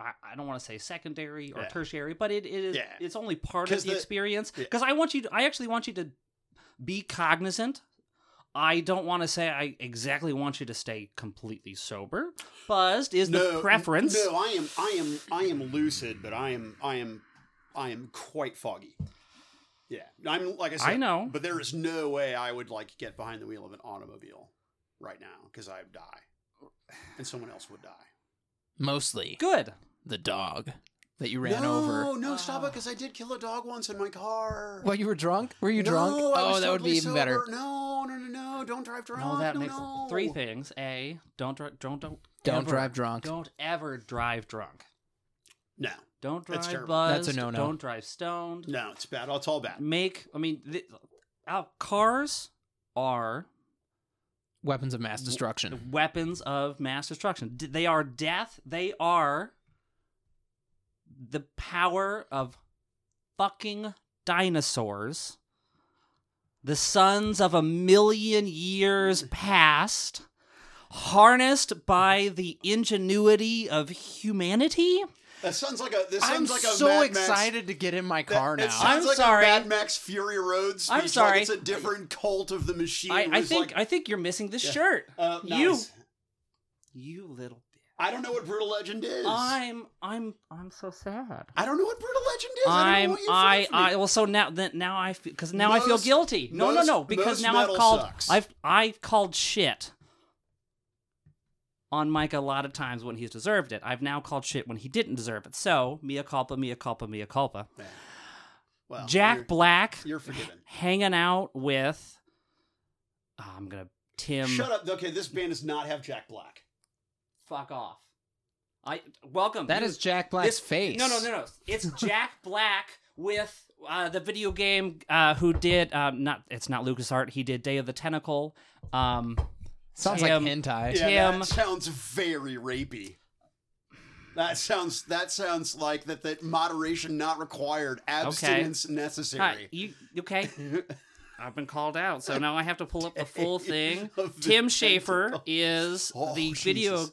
S3: I, I don't want to say secondary or
S1: Yeah.
S3: tertiary, but it, it is
S1: Yeah.
S3: it's only part
S1: 'Cause
S3: of the,
S1: the-
S3: experience.
S1: Yeah.
S3: Because I want you to, I actually want you to be cognizant. I don't want to say I exactly want you to stay completely sober. Buzzed is the preference.
S1: No, I am, I am, I am lucid, but I am, I am, I am quite foggy. Yeah, I'm like I said.
S3: I know.
S1: but there is no way I would like get behind the wheel of an automobile right now because I'd die, and someone else would die.
S2: Mostly
S3: Good.
S2: the dog that you ran
S1: no,
S2: over.
S1: no, stop it, because I did kill a dog once in my car.
S2: Well, you were drunk? Were you
S1: No,
S2: drunk?
S1: I
S2: Oh,
S1: was
S2: that would be
S1: totally
S2: even better.
S1: sober. No, no, no, no! Don't drive drunk.
S3: no, that
S1: no,
S3: makes
S1: no.
S3: three things. A, don't dr- don't don't
S2: Don't
S3: ever-
S2: drive drunk.
S3: Don't ever drive drunk.
S1: No,
S3: Don't
S1: That's
S3: drive
S1: terrible.
S2: That's a
S3: buzzed.
S2: no-no.
S3: Don't drive stoned.
S1: no, it's bad. It's all bad.
S3: Make I mean, th- our cars are
S2: Weapons of mass destruction.
S3: weapons of mass destruction. D- They are death. They are the power of fucking dinosaurs. The sons of a million years past, harnessed by the ingenuity of humanity.
S1: That sounds like a. This
S2: I'm
S1: sounds like a
S2: so
S1: Mad Max-
S2: excited to get in my
S1: That-
S2: car
S1: that
S2: now.
S1: sounds
S3: I'm
S1: like
S3: sorry.
S1: A Mad Max Fury Road. Speech.
S3: I'm
S1: like
S3: sorry.
S1: it's a different cult of the machine.
S3: I, I
S1: was
S3: think
S1: like,
S3: I think you're missing the shirt.
S1: uh,
S3: you,
S1: nice.
S3: you little bitch.
S1: I don't know what brutal legend is. I,
S3: I'm I'm I'm so sad.
S1: don't know what brutal legend is. I don't know
S3: I'm
S1: what you
S3: I
S1: think
S3: I well so now then now I because now I feel
S1: Most-
S3: guilty. No
S1: most-
S3: no no because
S1: most
S3: now I've
S1: metal
S3: called
S1: sucks.
S3: I've I've called shit on Mike a lot of times when he's deserved it. I've now called shit when he didn't deserve it. So mea culpa, mea culpa, mea culpa.
S1: from me. Well,
S3: Jack
S1: you're-
S3: Black
S1: you're forgiven.
S3: hanging out with oh, I'm gonna Tim.
S1: Shut up. Okay, this band does not have Jack Black.
S3: Fuck off. I welcome.
S2: That
S3: you-
S2: is Jack Black's
S3: this-
S2: face.
S3: No, no, no, no. It's Jack Black with uh, the video game uh, who did um, not. It's not LucasArts. He did Day of the Tentacle. Um,
S2: Sounds
S3: Tim.
S2: like hentai.
S1: Yeah,
S3: Tim.
S1: that sounds very rapey. That sounds that sounds like that that moderation not required, abstinence
S3: hi,
S1: necessary.
S3: you okay? I've been called out, so now I have to pull up the full thing.
S1: Of the
S3: Tim Schafer
S1: tentacle.
S3: is
S1: Oh,
S3: the
S1: Jesus. Uh-huh.
S3: video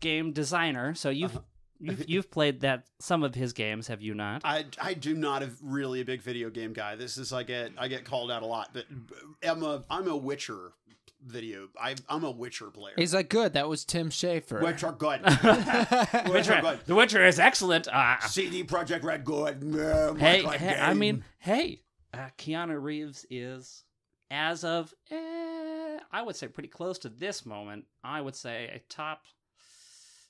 S3: game designer. So you've you've you've played that some of his games, have you not?
S1: I I do not a really a big video game guy. This is I get I get called out a lot, but I'm a I'm a Witcher video. I I'm a Witcher player.
S2: He's like, good. That was Tim Schafer.
S1: Witcher good. Witcher
S3: Witcher,
S1: good.
S3: the Witcher is excellent. Uh,
S1: CD Project Red good. Yeah,
S3: hey,
S1: Witcher
S3: hey, I
S1: game.
S3: mean, hey, uh, Keanu Reeves is, as of, eh, I would say pretty close to this moment, I would say a top,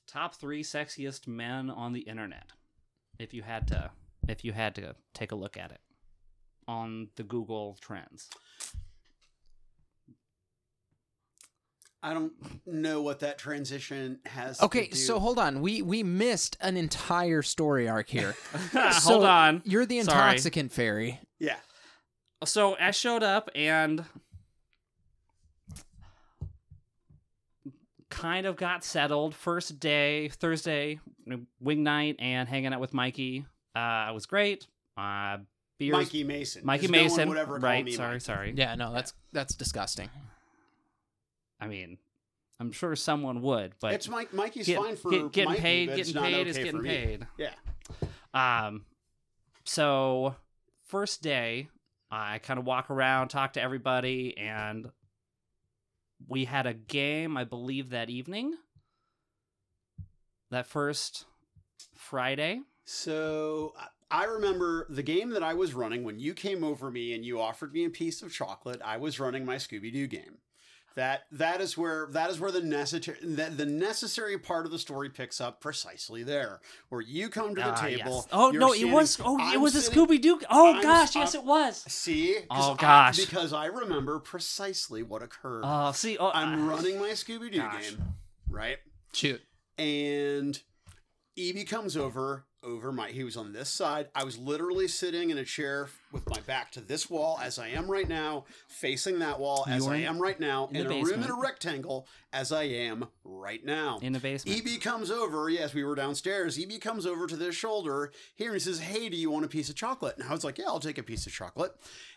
S3: top three sexiest men on the internet. If you had to, if you had to take a look at it on the Google Trends,
S1: I don't know what that transition has.
S2: Okay,
S1: to do.
S2: so hold on. We we missed an entire story arc here. So,
S3: hold on.
S2: You're the
S3: Sorry.
S2: intoxicant fairy.
S1: yeah,
S3: so I showed up and kind of got settled. First day, Thursday, wing night, and hanging out with Mikey. Uh, it was great. Uh, beers,
S1: Mikey Mason.
S3: Mikey
S1: 'cause no one
S3: Mason,
S1: would ever call
S3: right?
S1: me
S3: sorry,
S1: Mikey.
S3: sorry.
S2: Yeah, no, that's that's disgusting.
S3: I mean, I'm sure someone would, but
S1: it's Mike. Mikey's
S3: get-
S1: fine for
S3: get- getting
S1: Mikey,
S3: paid,
S1: but it's
S3: getting
S1: not
S3: paid
S1: okay
S3: is
S1: for
S3: getting
S1: me.
S3: paid.
S1: Yeah,
S3: Um, so first day, I kind of walk around, talk to everybody, and we had a game, I believe, that evening. That first Friday.
S1: So I- I remember the game that I was running when you came over me and you offered me a piece of chocolate. I was running my Scooby Doo game. That that is where that is where the necessary the, the necessary part of the story picks up precisely there, where you come to the
S3: Ah,
S1: table.
S3: yes. Oh
S1: you're
S3: no,
S1: standing-
S3: it was. Oh, it
S1: I'm
S3: was a
S1: sitting-
S3: Scooby Doo. Oh
S1: I'm-
S3: gosh, yes,
S1: I'm-
S3: it was.
S1: See, 'Cause
S3: Oh,
S1: I-
S3: gosh.
S1: because I remember precisely what occurred.
S3: Oh, see, oh,
S1: I'm
S3: ah,
S1: running my Scooby Doo
S3: gosh.
S1: game, right?
S2: Shoot.
S1: and Evie comes over over my he was on this side. I was literally sitting in a chair with my back to this wall as I am right now, facing that wall as
S3: You were
S1: I
S3: in-
S1: am right now,
S3: in the
S1: in a room in a
S3: basement.
S1: rectangle as I am right now.
S3: in the basement.
S1: EB comes over. Yes, we were downstairs. EB comes over to this shoulder here and he says, Hey, do you want a piece of chocolate? And I was like, Yeah, I'll take a piece of chocolate.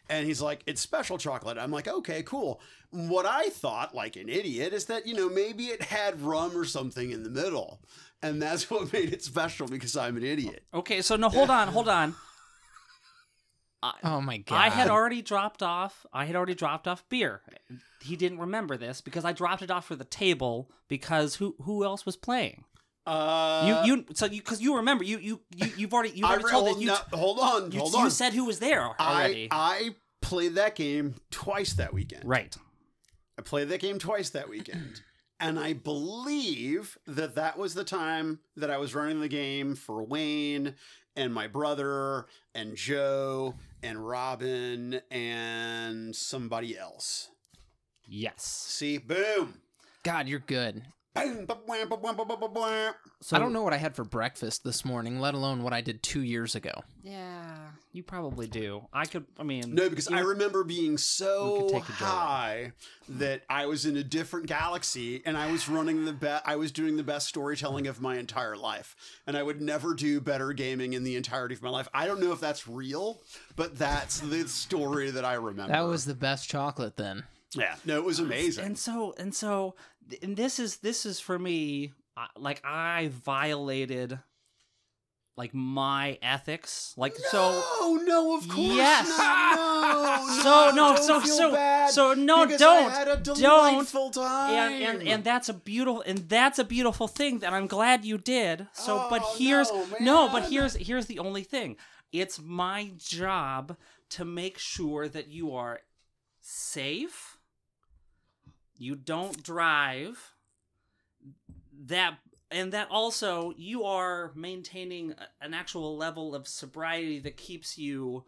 S1: And he's like, It's special chocolate. I'm like, Okay, cool. What I thought, like an idiot, is that, you know, maybe it had rum or something in the middle. And that's what made it special because I'm an idiot.
S3: Okay, so no, hold on, hold on. I-
S2: Oh my god.
S3: I had already dropped off. I had already dropped off beer. He didn't remember this because I dropped it off for the table because who who else was playing?
S1: Uh,
S3: you you so you because you remember you you you you've already you
S1: I
S3: already
S1: re-
S3: told
S1: hold,
S3: that you
S1: no, hold on.
S3: you,
S1: hold
S3: you
S1: on.
S3: said who was there
S1: I,
S3: already.
S1: I played that game twice that weekend.
S3: right.
S1: I played that game twice that weekend. And I believe that that was the time that I was running the game for Wayne and my brother and Joe and Robin and somebody else.
S3: Yes.
S1: See, boom.
S2: God, you're good.
S1: Boom. ba-bwah, ba-bwah, ba-bwah, ba-bwah.
S3: So
S2: I don't know what I had for breakfast this morning, let alone what I did two years ago.
S3: Yeah, you probably do. I could. I mean,
S1: No, because
S3: you-
S1: I remember being
S3: We could
S1: so
S3: take a joy.
S1: high that I was in a different galaxy and I was running the best. I was doing the best storytelling of my entire life, and I would never do better gaming in the entirety of my life. I don't know if that's real, but that's the story that I remember.
S2: That was the best chocolate then.
S1: yeah. No, it was amazing.
S3: and so and so and this is this is for me I- like i violated like my ethics. Like so
S1: Oh no, of course
S3: Yes.
S1: not. No, no,
S3: So, no,
S1: don't
S3: so-
S1: feel
S3: so-
S1: bad
S3: so, no,
S1: because I
S3: don't,
S1: had a
S3: don't.
S1: delightful time.
S3: and, and and that's a beautiful and that's a beautiful thing that I'm glad you did. So but
S1: Oh,
S3: here's
S1: no,
S3: no, but
S1: man.
S3: here's here's the only thing. It's my job to make sure that you are safe. You don't drive. That and that also you are maintaining a- an actual level of sobriety that keeps you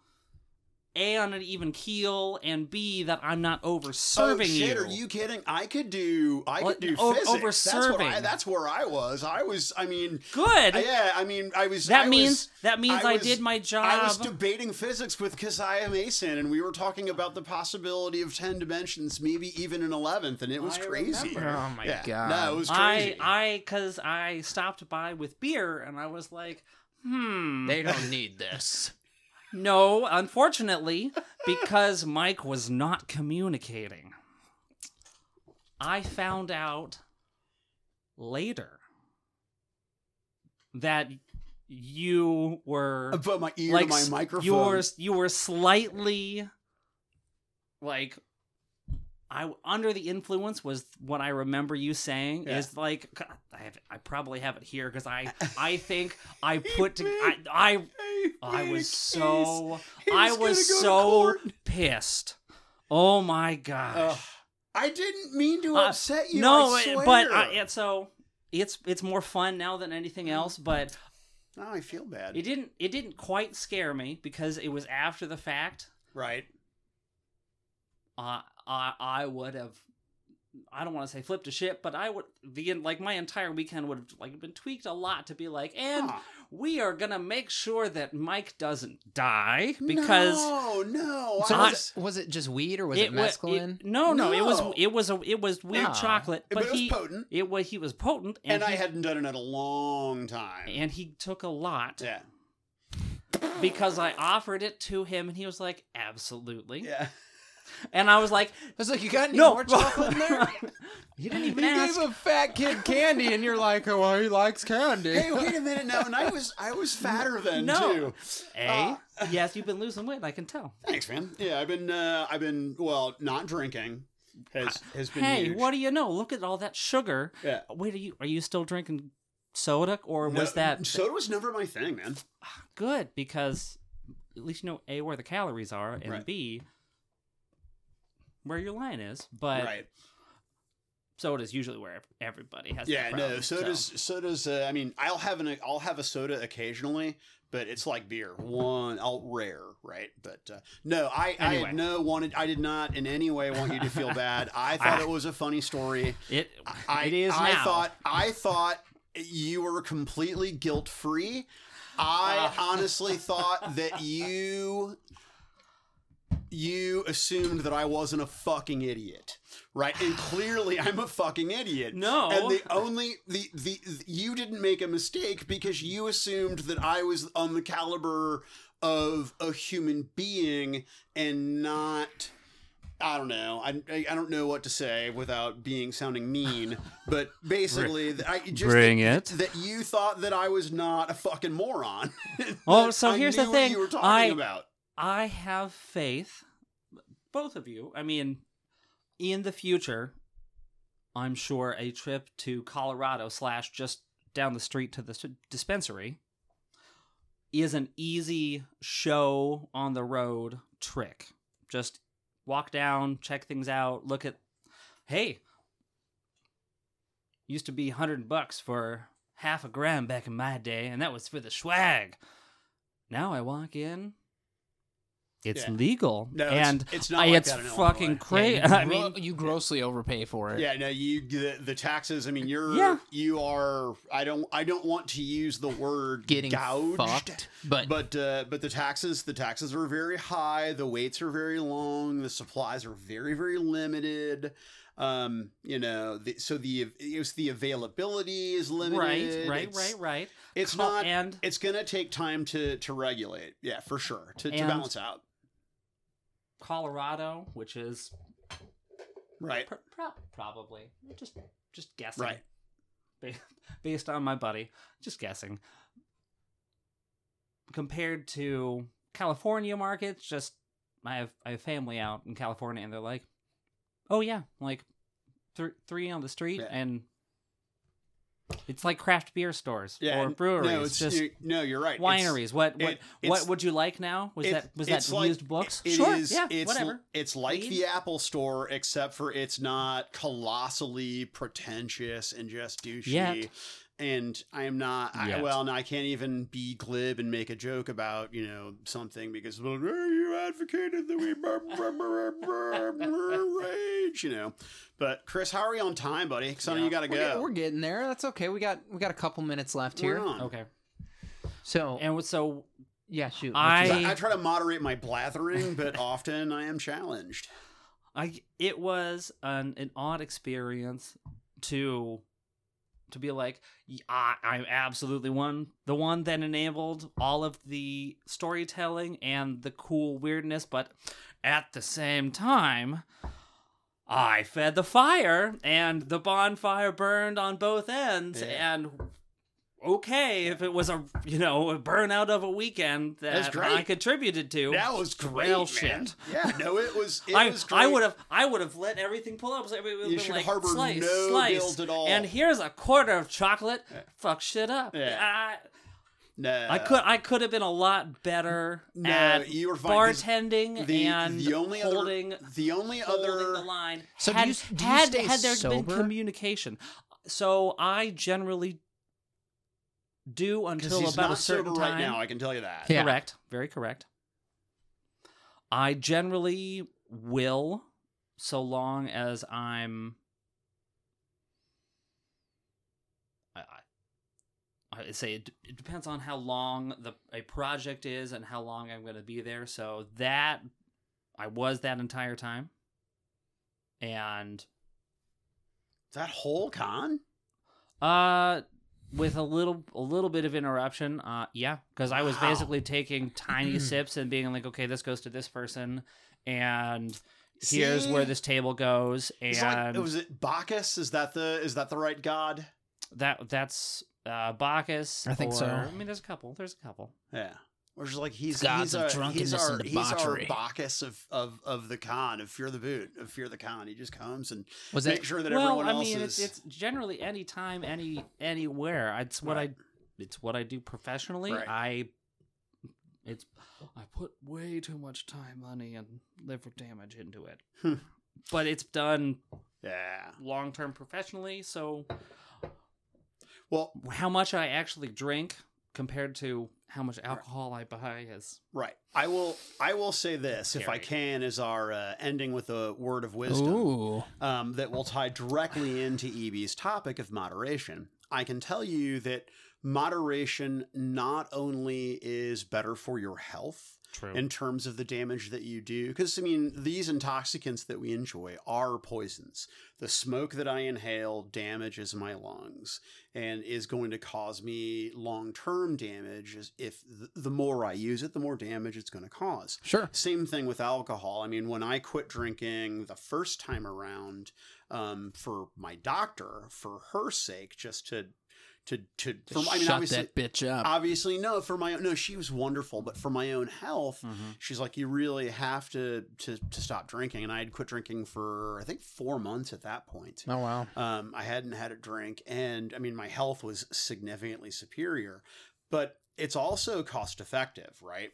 S3: a on an even keel and b that I'm not over serving
S1: oh, shit,
S3: you.
S1: Are you kidding? I could do. I
S3: Well,
S1: could do
S3: o-
S1: physics.
S3: over
S1: That's where, I,
S3: serving.
S1: that's where I was. I was. I mean,
S3: Good.
S1: yeah. I mean, I was.
S3: That
S1: I
S3: means
S1: was-
S3: that means I,
S1: was-
S3: did my job.
S1: I was debating physics with Kasiah Mason, and we were talking about the possibility of ten dimensions, maybe even an eleventh, and it was
S3: I
S1: crazy.
S3: remember.
S2: Oh my
S1: Yeah.
S2: God.
S1: No, it was
S3: I
S1: crazy.
S3: I because I stopped by with beer and I was like, hmm.
S2: They don't need this.
S3: no, unfortunately, because Mike was not communicating. I found out later that you were
S1: I put my ear
S3: like
S1: to my
S3: s-
S1: microphone.
S3: You were, you were slightly like I under the influence was what I remember you saying
S1: Yeah.
S3: is like c- I have I probably have it here because I I think I put to, I, I I was so
S1: He was
S3: I
S1: gonna
S3: was
S1: go to
S3: so
S1: court.
S3: pissed. Oh my gosh.
S1: Ugh. I didn't mean to
S3: Uh,
S1: upset you.
S3: no,
S1: I
S3: it-
S1: swear.
S3: but I, it's so it's it's more fun now than anything else, but
S1: now I feel bad.
S3: It didn't. It didn't quite scare me because it was after the fact.
S1: right.
S3: Uh, I I would have. I don't want to say flipped a ship, but I would the en- like my entire weekend would have like been tweaked a lot to be like, and
S1: Huh.
S3: we are gonna make sure that Mike doesn't die because
S1: no, no,
S2: So
S1: I
S3: I-
S2: was, it, was it just weed or was
S3: it
S2: it,
S3: wa-
S2: mescaline?
S3: it- no, no, it was
S1: No.
S3: it was a it was weird
S2: No.
S3: chocolate,
S1: but,
S3: but,
S1: it was
S3: he
S1: potent,
S3: it was he was potent,
S1: and,
S3: and,
S1: I
S3: he,
S1: hadn't done it in a long time.
S3: and he took a lot
S1: yeah,
S3: because I offered it to him, and he was like, absolutely,
S1: yeah.
S3: and I was like,
S2: I was like, you got any more chocolate in there?
S3: he didn't
S2: You
S3: even ask.
S2: gave a fat kid candy, and you're like, oh, well, he likes candy.
S1: Hey, wait a minute now, and I was I was fatter then
S3: No.
S1: too.
S3: A.
S1: Ah.
S3: yes, you've been losing weight. I can tell.
S1: Thanks, man. Yeah, I've been uh, I've been well, not drinking has has been.
S3: Uh, Hey,
S1: huge.
S3: what do you know? Look at all that sugar.
S1: Yeah.
S3: Wait, are you are you still drinking soda, or
S1: No,
S3: was that
S1: soda was never my thing, man?
S3: good? Because at least you know a where the calories are, and
S1: Right.
S3: b where your line is. But
S1: right.
S3: soda's usually where ev- everybody has. that
S1: Yeah, no.
S3: problem,
S1: Sodas, sodas. Uh, I mean, I'll have an I'll have a soda occasionally, but it's like beer. One, I'll rare, right? But uh, no, I I
S3: Anyway.
S1: had no wanted. I did not in any way want you to feel bad. I thought
S3: Ah.
S1: it was a funny story.
S3: It
S1: I,
S3: it is
S1: I
S3: now.
S1: thought I thought you were completely guilt free.
S3: Uh.
S1: I honestly thought that you you assumed that I wasn't a fucking idiot, right? And clearly I'm a fucking idiot.
S3: No.
S1: And the only the, the you didn't make a mistake because you assumed that I was on the caliber of a human being and not I don't know. I, I I don't know what to say without being sounding mean, but basically, th- I just
S3: Bring
S1: that,
S3: it.
S1: that you thought that I was not a fucking moron.
S3: Oh,
S1: That
S3: so
S1: I
S3: here's the
S1: knew what
S3: thing.
S1: you were talking
S3: I-
S1: about.
S3: I have faith, both of you. I mean, in the future, I'm sure a trip to Colorado slash just down the street to the s- dispensary is an easy show on the road trick. Just walk down, check things out, look at, hey, used to be 100 bucks for half a gram back in my day, and that was for the swag. Now I walk in, it's
S1: Yeah.
S3: legal.
S1: No, it's-
S3: and
S1: it's not
S3: I-
S1: like
S3: it's
S1: that in
S3: fucking
S1: Illinois.
S3: crazy.
S2: Yeah, you,
S3: I
S2: gro-
S3: mean,
S2: you grossly overpay for it.
S1: Yeah, no, you the, the taxes. I mean, you're
S3: Yeah.
S1: you are. I don't I don't want to use the word
S2: Getting
S1: gouged,
S2: fucked, but,
S1: but uh, but the taxes the taxes are very high. The waits are very long. The supplies are very very limited. Um, you know, the, so the it's the availability is limited.
S3: right, right,
S1: It's-
S3: right, right.
S1: It's
S3: Col-
S1: not.
S3: and
S1: It's gonna take time to to regulate. Yeah, for sure. To, to
S3: And-
S1: balance out.
S3: Colorado, which is
S1: Right.
S3: pr- pro- probably just just guessing,
S1: Right.
S3: Ba- Based on my buddy, just guessing. compared to California markets, just I have I have family out in California, and they're like, "Oh yeah, like th- three on the street,"
S1: Yeah.
S3: and it's like craft beer stores
S1: Yeah,
S3: or
S1: n-
S3: breweries,
S1: No, it's
S3: just
S1: you no, you're right. It's-
S3: wineries. what what
S1: it- it's-
S3: what would you like now? Was
S1: it-
S3: that was
S1: it's
S3: that
S1: like-
S3: used books?
S1: it- it
S3: sure,
S1: is-
S3: yeah,
S1: it's,
S3: whatever.
S1: It's like
S3: Weed.
S1: the Apple Store, except for it's not colossally pretentious and just douchey.
S3: Yet.
S1: And I am not. I,
S3: Yet.
S1: well, no, I can't even be glib and make a joke about you know something because well, "Oh, you advocated that we bur- bur- bur- bur- bur- rage, you know. But Chris, how are you on time, buddy? Sonny,
S3: Yeah.
S1: you got to
S2: We're, get-
S1: go.
S2: we're getting there. That's okay. We got we got a couple minutes left here.
S1: We're on.
S3: Okay,
S2: So
S3: and so
S2: yeah, shoot.
S3: I-
S1: So I I try to moderate my blathering, but often I am challenged.
S3: I it was an an odd experience to to be like "Y- I, I'm absolutely one the one that enabled all of the storytelling and the cool weirdness, but at the same time. I fed the fire and the bonfire burned on both ends
S1: Yeah.
S3: and okay if it was a you know a burnout of a weekend
S1: That's
S3: that
S1: great.
S3: I contributed to
S1: That was great,
S3: Well,
S1: man.
S3: shit.
S1: Yeah, no, it was. It
S3: I,
S1: was great.
S3: I would have I would have let everything pull up. So it would
S1: You
S3: have been
S1: should
S3: like,
S1: harbor
S3: slice,
S1: no
S3: slice,
S1: guilt at all.
S3: And here's a quarter of chocolate. Fuck shit up.
S1: Yeah. No,
S3: I, I could I could have been a lot better
S1: No,
S3: at
S1: you were fine, 'cause
S3: bartending
S1: The,
S3: and
S1: the only
S3: holding
S1: other, the only
S3: holding
S1: other,
S3: the line.
S2: So do
S3: had,
S2: you- do you
S3: had,
S2: stay
S3: had there
S2: sober?
S3: been communication? So I generally do until
S1: he's
S3: about
S1: not
S3: a certain
S1: sober
S3: time.
S1: right now. I can tell you that.
S2: Yeah.
S3: Correct. Very correct. I generally will, so long as I'm. I, I, I say it, it depends on how long the a project is and how long I'm going to be there. So that I was that entire time, and
S1: That whole con.
S3: uh, with a little a little bit of interruption, uh, yeah, because I was
S1: Wow.
S3: basically taking tiny sips and being like, okay, this goes to this person, and here's
S1: See?
S3: where this table goes,
S1: It's like,
S3: and
S1: was it Bacchus? Is that the is that the right god?
S3: that that's uh, Bacchus.
S2: I think so.
S3: or- I mean, there's a couple. There's a couple.
S1: Yeah. We're just like he's
S2: Gods
S1: he's
S2: of
S1: our,
S2: drunkenness
S1: he's our,
S2: and
S1: he's our
S2: debauchery.
S1: Bacchus of, of of the con of fear the boot of fear the con. He just comes and
S2: was
S1: make
S2: that
S1: sure that
S3: well,
S1: everyone
S3: I
S1: else
S3: mean,
S1: is.
S3: it's, it's generally any time, any anywhere. It's what
S1: Right.
S3: I, it's what I do professionally.
S1: Right.
S3: I, it's I put way too much time, money, and liver damage into it.
S1: Hmm.
S3: But it's done
S1: yeah.
S3: long term professionally. So
S1: Well,
S3: how much I actually drink compared to how much alcohol I buy is
S1: Right. I will. I will say this, if I
S3: Scary.
S1: can, as our uh, ending with a word of wisdom
S2: ooh
S1: um, that will tie directly into EB's topic of moderation. I can tell you that moderation not only is better for your health
S3: true.
S1: in terms of the damage that you do, because I mean, these intoxicants that we enjoy are poisons. The smoke that I inhale damages my lungs and is going to cause me long term damage. as- If th- the more I use it, the more damage it's going to cause.
S2: sure
S1: Same thing with alcohol. I mean, when I quit drinking the first time around, um, for my doctor, for her sake, just to, to, to, for, I mean,
S2: shut
S1: obviously,
S2: that bitch up
S1: obviously, no, for my own, no, she was wonderful, but for my own health, she's like, you really have to, to, to stop drinking. And I had quit drinking for, I think, four months at that point.
S2: oh wow
S1: Um, I hadn't had a drink, and I mean, my health was significantly superior, but it's also cost effective, right?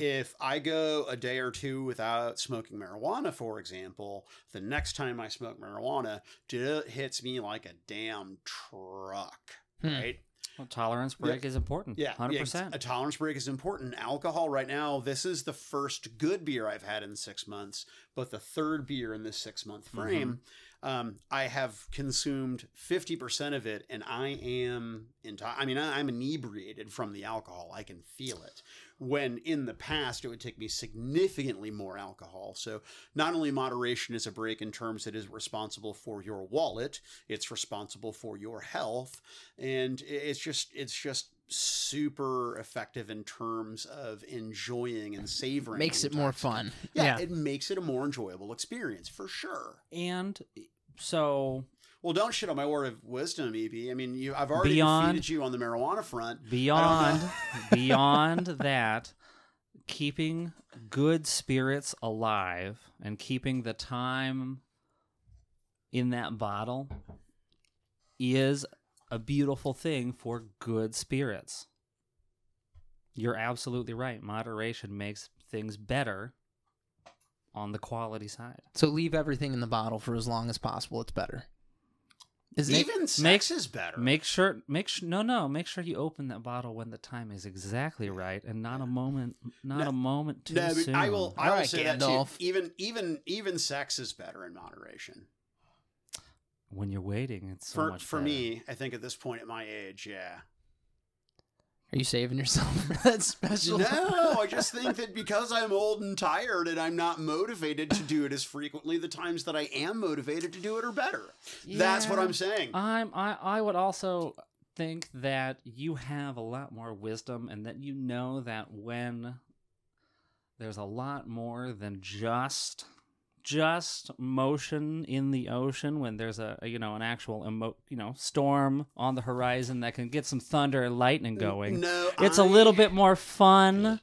S1: If I go a day or two without smoking marijuana, for example, the next time I smoke marijuana, it hits me like a damn truck,
S2: Hmm.
S1: right?
S3: Well, tolerance break is important.
S1: Yeah,
S3: hundred
S1: yeah,
S3: percent.
S1: A tolerance break is important. Alcohol right now, this is the first good beer I've had in six months, but the third beer in this six month
S3: Mm-hmm.
S1: frame. Um, I have consumed fifty percent of it, and I am into. I mean, I, I'm inebriated from the alcohol. I can feel it. When in the past, it would take me significantly more alcohol. So not only moderation is a break in terms it is responsible for your wallet, it's responsible for your health, and i- it's just it's just super effective in terms of enjoying and savoring.
S2: makes
S1: the
S2: it more
S1: intox-
S2: fun
S1: Yeah, it makes it a more enjoyable experience for sure.
S3: And so
S1: Well, don't shit on my word of wisdom, EB. I mean, you, I've already
S3: Beyond-
S1: defeated you on the marijuana front.
S3: Beyond beyond that, keeping good spirits alive and keeping the time in that bottle is a beautiful thing for good spirits. You're absolutely right. Moderation makes things better on the quality side.
S2: So leave everything in the bottle for as long as possible. It's better. Is it?
S1: Even sex
S3: make-
S1: is better.
S3: Make sure, make sure, no, no, make sure you open that bottle when the time is exactly right and not a moment, not
S1: No,
S3: a moment too
S1: no, but
S3: soon.
S1: I will. I will
S2: All right,
S1: say that too.
S2: Gandalf.
S1: Even even even sex is better in moderation.
S3: When you're waiting, it's so
S1: for
S3: much
S1: for
S3: better.
S1: me, I think at this point at my age, yeah.
S2: Are you saving yourself for that special?
S1: No, I just think that because I'm old and tired and I'm not motivated to do it as frequently, the times that I am motivated to do it are better. That's what
S3: Yeah.
S1: I'm saying.
S3: I'm. I. I would also think that you have a lot more wisdom, and that you know that when there's a lot more than just just motion in the ocean when there's a you know an actual emo- you know storm on the horizon that can get some thunder and lightning going
S1: No,
S3: it's a
S1: I-
S3: little bit more fun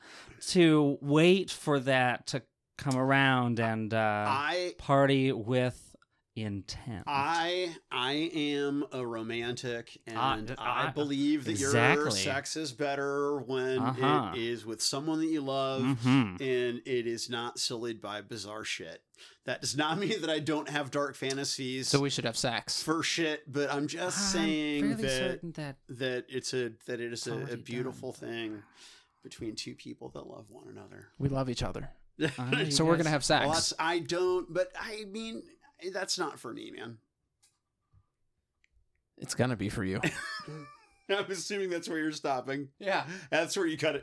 S3: to wait for that to come around and uh,
S1: I
S3: party with intent.
S1: I I am a romantic,
S3: Ah,
S1: and
S3: d-
S1: I,
S3: I-
S1: believe that your
S3: exactly.
S1: sex is better when
S3: Uh-huh.
S1: it is with someone that you love,
S3: Mhm.
S1: and it is not sullied by bizarre shit. That does not mean that I don't have dark fantasies
S2: So we should have sex.
S1: for shit, but I'm just
S3: I'm
S1: saying
S3: fairly
S1: that
S3: certain that
S1: that it's a that it is a,
S3: already
S1: a
S3: done.
S1: beautiful thing between two people that love one another.
S2: We love each other.
S3: I-
S2: So we're
S3: guys-
S2: gonna have sex.
S1: Well, that's- I don't, but I mean that's not for me, man.
S2: It's gonna be for you.
S1: I'm assuming that's where you're stopping.
S2: yeah.
S1: That's where you cut it.